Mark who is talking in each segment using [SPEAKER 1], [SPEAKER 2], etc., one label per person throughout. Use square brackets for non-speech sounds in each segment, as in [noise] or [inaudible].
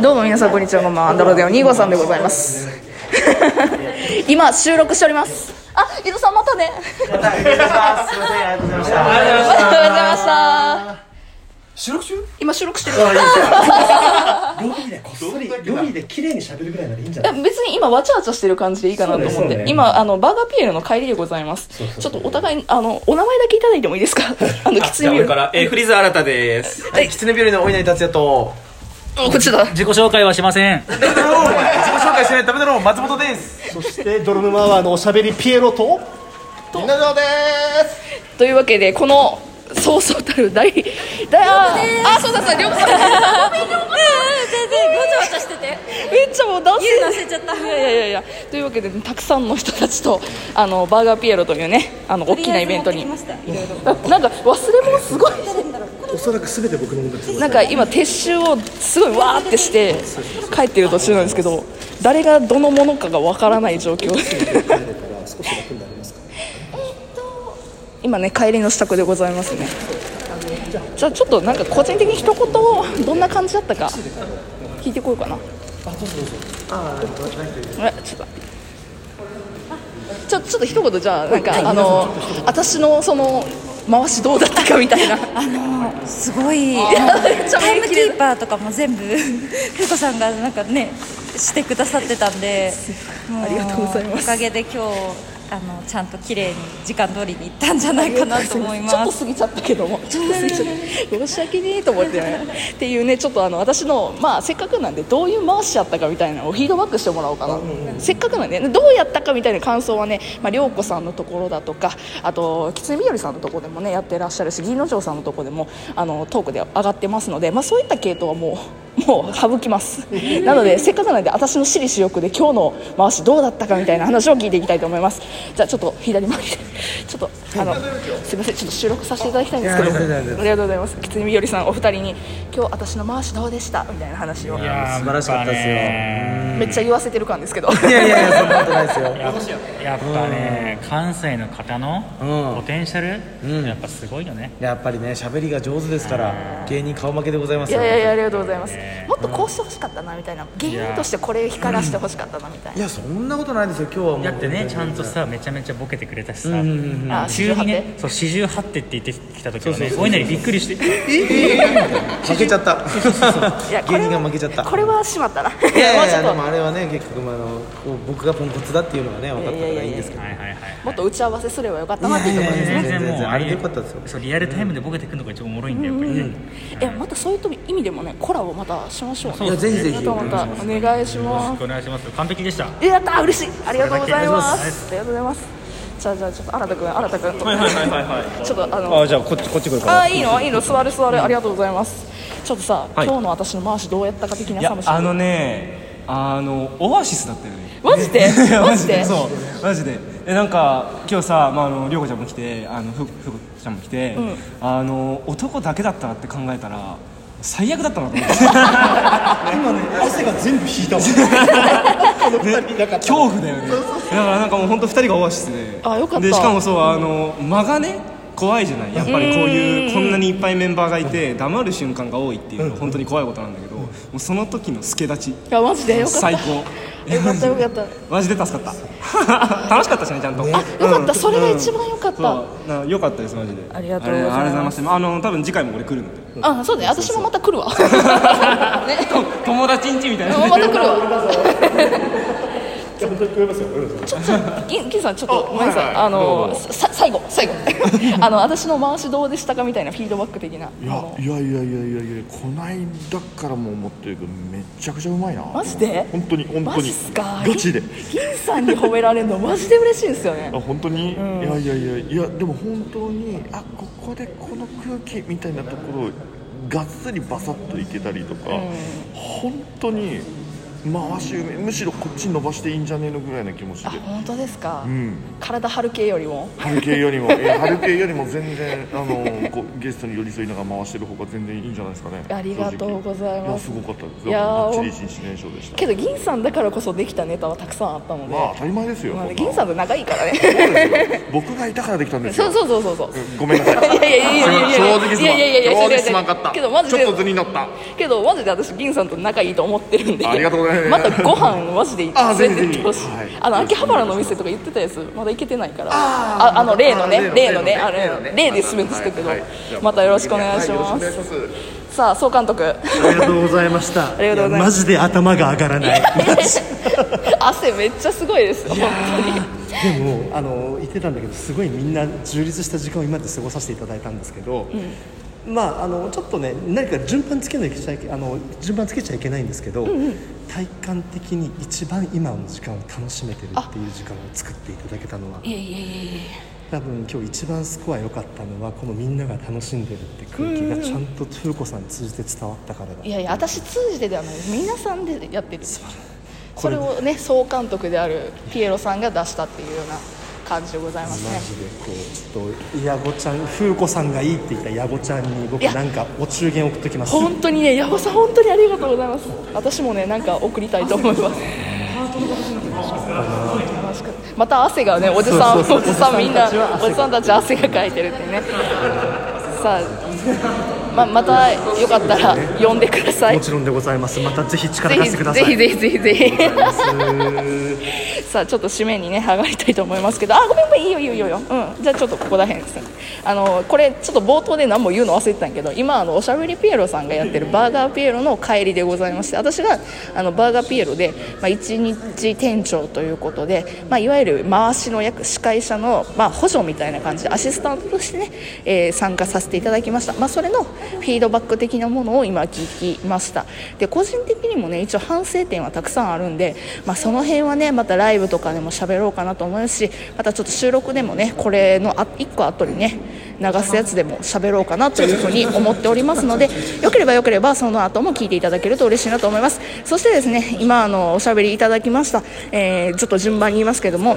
[SPEAKER 1] どうも皆さんこんにちはこんばんはアンダロデオ2号さんでございます [laughs] 今収録しておりますあ伊藤さんまたね
[SPEAKER 2] また失礼しますすいませんありがとうございました
[SPEAKER 1] ありがとうございました
[SPEAKER 3] [laughs] 収録中
[SPEAKER 1] 今収録してる
[SPEAKER 3] ロビー [laughs] でこっそりロビーで綺麗に喋るぐらいならいいんじゃ
[SPEAKER 1] い
[SPEAKER 3] な
[SPEAKER 1] や
[SPEAKER 3] い
[SPEAKER 1] 別に今わちゃわちゃしてる感じでいいかなと
[SPEAKER 3] そ
[SPEAKER 1] 思って、
[SPEAKER 3] うねそうね
[SPEAKER 1] 今あのバーガーピエールの帰りでございます
[SPEAKER 3] そうそう
[SPEAKER 1] ちょっとお互いあのお名前だけいただいてもいいですか [laughs] あのきついビール
[SPEAKER 4] ら、えフリーズ新たです。
[SPEAKER 2] はい狐日和のお稲荷達也と
[SPEAKER 1] こっちだ
[SPEAKER 5] 自己紹介はしません
[SPEAKER 2] ダメだろお前自己紹介しないとダメだろ松本です
[SPEAKER 3] そしてドルムマワーのおしゃべりピエロと
[SPEAKER 1] というわけでこのそうそうたる大大ああそうだそうだりょうこさん
[SPEAKER 6] 全然ごちゃごちゃしてて
[SPEAKER 1] めっちゃもう男性
[SPEAKER 6] 言うの忘れちゃった
[SPEAKER 1] いやいやいやいやというわけで、ね、たくさんの人たちとあのバーガーピエロというねあの大きなイベントに
[SPEAKER 6] とりあえず持ってきましたいろい
[SPEAKER 1] あなんか忘れ物すごい
[SPEAKER 3] おそらく全て僕のものです
[SPEAKER 1] なんか今撤収をすごいわーってして帰ってる途中なんですけど誰がどのものかがわからない状況今ね帰りの支度でございますねじゃあちょっとなんか個人的に一言どんな感じだったか聞いてこようかなあちょっとちょちょっと一言じゃあなんかあの私のその回しどうだったかみたいな
[SPEAKER 6] ろすごい [laughs]
[SPEAKER 1] ー
[SPEAKER 6] タイムキーパーとかも全部ふこさんがなんかねしてくださってたんであ
[SPEAKER 1] りがとうございます
[SPEAKER 6] おかげで今日あのちゃんと綺麗に時間通りに行ったんじゃないかなと思い
[SPEAKER 1] ちょっ
[SPEAKER 6] ま
[SPEAKER 1] と
[SPEAKER 6] す
[SPEAKER 1] 過ぎちゃったけどもちょっと過ぎちゃった申し訳ねえと思ってねっていうねちょっとあの私のまあせっかくなんでどういう回しやったかみたいなのをフィードバックしてもらおうかな、せっかくなんでどうやったかみたいな感想はね、まあ、涼子さんのところだとかあと狐みよりさんのところでもねやってらっしゃるし銀之丞さんのところでもあのトークで上がってますので、まあ、そういった系統はもう。 [laughs] もう省きますなのでせっかくなんで私の私利私欲で今日の回しどうだったかみたいな話を聞いていきたいと思いますじゃあちょっと左回りで [laughs] ちょっとあのすいませんちょっと収録させていただきたいんですけどありがとうございます狐みよりさんお二人に今日私の回しどうでしたみたいな話を
[SPEAKER 2] 素晴らしかったですよ
[SPEAKER 1] めっちゃ言わせてる感ですけど
[SPEAKER 2] いやいやいやそんなことないですよ
[SPEAKER 5] やっやっぱね関西の方のポテンシャル、やっぱすごいよね
[SPEAKER 2] やっぱりね喋りが上手ですから芸人顔負けでございま
[SPEAKER 1] い
[SPEAKER 2] すよ
[SPEAKER 1] やいやいやありがとうございますもっとこうしてほしかったなみたいな芸人としてこれ光らせてほしかったなみたい
[SPEAKER 2] いやそんなことないですよ今日はもう
[SPEAKER 5] だってねちゃんとさめちゃめちゃボケてくれたしさ、
[SPEAKER 1] なあ
[SPEAKER 5] 急に
[SPEAKER 1] 48
[SPEAKER 5] ねそう四十八手って言ってきた時はねおいなりびっく
[SPEAKER 2] [laughs]
[SPEAKER 5] りして
[SPEAKER 2] 負けちゃった
[SPEAKER 1] いやこれ
[SPEAKER 2] 芸人
[SPEAKER 1] は
[SPEAKER 2] が負けちゃった
[SPEAKER 1] これはしまったない
[SPEAKER 2] やいやいやで
[SPEAKER 1] もうちょっ
[SPEAKER 2] もあれはね結局まああのこう僕がポンコツだっていうのはね分かったからいいんですけど
[SPEAKER 5] はいはいはい
[SPEAKER 1] ともっと打ち合わせすればよかったなっていうところですね
[SPEAKER 2] 全然あれでよかったですよ
[SPEAKER 5] そうリアルタイムでボケてくるのが一番おもろいんだよやっぱりね、
[SPEAKER 1] えまたそういう意味でもねコラボまたしましょうね
[SPEAKER 2] いやぜひぜ
[SPEAKER 1] ま
[SPEAKER 2] ひ
[SPEAKER 1] たまたお願いし
[SPEAKER 5] よろ
[SPEAKER 1] ま
[SPEAKER 5] しくお願いします完璧でした
[SPEAKER 1] すやった嬉しいありがとうございま
[SPEAKER 5] それだけ
[SPEAKER 1] すありがとうございますじゃあじゃあちょっと新田君新田君はい
[SPEAKER 4] はいはいはい。
[SPEAKER 1] ちょっとあのあじゃあこっちこっち来るからあいいのいいの座る座るありがとうございますちょっとさ、今日の私の回しどうやったか的ないさ
[SPEAKER 4] や
[SPEAKER 1] もし
[SPEAKER 4] あのねあのオアシスだったよね
[SPEAKER 1] マジ [laughs] でマジで
[SPEAKER 4] そうマジでえなんか今日さまああの涼子ちゃんも来てあのふふこちゃんも来て、あの男だけだったなって考えたら最悪だったなと思って
[SPEAKER 3] [laughs] 今ね汗が全部引いたもんこの二人いなかった
[SPEAKER 4] 恐怖だよねだからなんかもう本当二人がオアシスで
[SPEAKER 1] あよかった
[SPEAKER 4] でしかもそうあの間がね怖いじゃないやっぱりこういうこんなにいっぱいメンバーがいて黙る瞬間が多いっていうのは本当に怖いことなんだけど、もうその時の助立ち
[SPEAKER 1] いやマジでよかった
[SPEAKER 4] 最高
[SPEAKER 1] よかったよかった
[SPEAKER 4] マジで助かった楽しかったし [laughs] ねちゃんと、あ
[SPEAKER 1] よかったそれが一番よかった
[SPEAKER 4] そうなよかったですマジで
[SPEAKER 1] ありがとうございます
[SPEAKER 4] あれありがとうございますあの多分次回も俺来るので
[SPEAKER 1] あそうね私もまた来るわね
[SPEAKER 4] 友達んちみたいな
[SPEAKER 1] もうまた来るわ。ちょっと銀銀さんちょっとごめんなさいあのさ最後最後あの私の回しどうでしたかみたいなフィードバック的ない
[SPEAKER 7] やいやいやいやいやいやこないだからも思ってるけどめちゃくちゃうまいな
[SPEAKER 1] マジで
[SPEAKER 7] 本当に本
[SPEAKER 1] マ
[SPEAKER 7] 当
[SPEAKER 1] ジ
[SPEAKER 7] に
[SPEAKER 1] っすか
[SPEAKER 7] ガチで
[SPEAKER 1] 銀銀さんに褒められるのマジで嬉しいんですよね
[SPEAKER 7] あ本当に、いやいやいやいやでも本当にあここでこの空気みたいなところをがっつりバサッといけたりとか、本当に回し埋めむしろこっち伸ばしていいんじゃねえのぐらいな気持ち
[SPEAKER 1] あ
[SPEAKER 7] で
[SPEAKER 1] 本当ですか、
[SPEAKER 7] ん
[SPEAKER 1] 体張る系よりも
[SPEAKER 7] 春系よりもえ春系よりも全然あのこうゲストに寄り添いながら回してる方が全然いいんじゃないですかね
[SPEAKER 1] ありがとうございます
[SPEAKER 7] 正直やすごかったです
[SPEAKER 1] いやー
[SPEAKER 7] ばっちり一日連勝でした
[SPEAKER 1] けど銀さんだからこそできたネタはたくさんあったので、
[SPEAKER 7] まあ当たり前ですよ、
[SPEAKER 1] まあ
[SPEAKER 7] こんな
[SPEAKER 1] 銀さんと仲いいからね
[SPEAKER 7] そうですよ僕がいたからできたんです
[SPEAKER 1] そ
[SPEAKER 7] よ
[SPEAKER 1] うそうそうそうそう
[SPEAKER 7] ごめんなさい
[SPEAKER 1] いやいやいやいやいや
[SPEAKER 7] 正直すまん
[SPEAKER 1] いやいやいや
[SPEAKER 7] 正
[SPEAKER 1] 違
[SPEAKER 7] 直
[SPEAKER 1] う違う
[SPEAKER 7] すまんかった
[SPEAKER 1] けどマジで
[SPEAKER 7] ちょっと図に乗った
[SPEAKER 1] けどマジで私銀さんと仲いいと思ってるんで
[SPEAKER 7] ありがとうございます
[SPEAKER 1] またご飯マジで行
[SPEAKER 7] あ
[SPEAKER 1] って
[SPEAKER 7] ぜひ
[SPEAKER 1] 連れ
[SPEAKER 7] ぜひ
[SPEAKER 1] てってほしい
[SPEAKER 7] はい
[SPEAKER 1] あの秋葉原のお店とか言ってたやつまだ行けてないから
[SPEAKER 7] あー
[SPEAKER 1] あの例のね
[SPEAKER 7] あー
[SPEAKER 1] 例のね
[SPEAKER 7] 例の
[SPEAKER 1] あ
[SPEAKER 7] ね
[SPEAKER 1] れ
[SPEAKER 7] 例のね
[SPEAKER 1] 例で進めてしたけど
[SPEAKER 7] はいはいじゃあ
[SPEAKER 1] またよろしくお願いし
[SPEAKER 7] はよろ
[SPEAKER 1] ま
[SPEAKER 7] くお願いし
[SPEAKER 1] す
[SPEAKER 7] ます
[SPEAKER 1] さあ総監督
[SPEAKER 2] ありがとうございました
[SPEAKER 1] [laughs] ありがとうござ
[SPEAKER 2] や
[SPEAKER 1] います
[SPEAKER 2] マジで頭が上がらない
[SPEAKER 1] 汗めっちゃすごいですよ本
[SPEAKER 2] でもあの言ってたんだけどすごいみんな充実した時間を今まで過ごさせていただいたんですけど、まああのちょっとね何か順番つけなきゃいけあの順番つけちゃいけないんですけど、体感的に一番今の時間を楽しめてるっていう時間を作っていただけたのは
[SPEAKER 1] 当にいやいやいやいや
[SPEAKER 2] 多分今日一番スコア良かったのはこのみんなが楽しんでるって空気がちゃんとトゥーコさん通じて伝わったからだ
[SPEAKER 1] いやいや私通じてではないです皆さんでやってるそれをね総監督であるピエロさんが出したっていうような感じでございます
[SPEAKER 2] マ
[SPEAKER 1] ね
[SPEAKER 2] ジでこうちょっとヤゴちゃん風子さんがいいって言ったヤゴちゃんに僕
[SPEAKER 1] いや
[SPEAKER 2] なんかお中元送っときます
[SPEAKER 1] 本当にね矢場さん本当にありがとうございます私もねなんか送りたいと思いますまた汗がねおじさんおじさんみんなおじさんたち汗がかいてるってねさあままたよかったら呼んでください
[SPEAKER 2] もちろんでございますまたぜひ力貸してくださ
[SPEAKER 1] ぜひ
[SPEAKER 2] い
[SPEAKER 1] ぜひぜひぜひぜひさあちょっと締めにね上がりたいと思いますけどあごめんごめんいいよいいよいいよ、うん、じゃあちょっとここら辺ですねあのこれちょっと冒頭で何も言うの忘れてたんやけど今あのおしゃべりピエロさんがやってるバーガーピエロの帰りでございまして私があのバーガーピエロで、まあ、一日店長ということで、まあ、いわゆる回しの役司会者の、まあ、補助みたいな感じでアシスタントとしてね、えー参加させていただきました、まあ、それのフィードバック的なものを今聞きましたで個人的にもね一応反省点はたくさんあるんで、まあ、その辺はねまたライブとかでも喋ろうかなと思いますしまたちょっと収録でもねこれのあ1個後にね流すやつでも喋ろうかなというふうに思っておりますのでよければよければその後も聞いていただけると嬉しいなと思いますそしてですね今あのおしゃべりいただきました、えーちょっと順番に言いますけども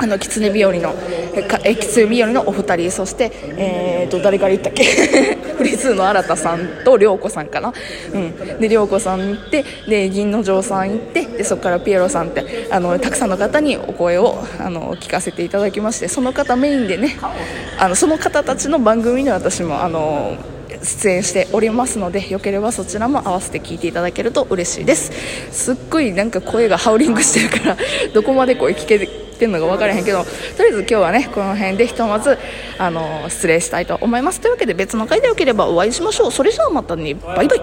[SPEAKER 1] あの狐日和のえかえ狐日和のお二人そして、えー、と誰から言ったっけ [laughs] フリーズの新田さんと涼子さんかな、うん、で涼子さん行ってで銀之丞さん行ってでそこからピエロさんってあのたくさんの方にお声をあの聞かせていただきましてその方メインでねあのその方たちの番組に私もあの出演しておりますのでよければそちらも合わせて聞いていただけると嬉しいですすっごいなんか声がハウリングしてるから [laughs] どこまで声聞けてるのか分からへんけどとりあえず今日はねこの辺でひとまずあの失礼したいと思いますというわけで別の回でよければお会いしましょうそれじゃあまたねバイバイ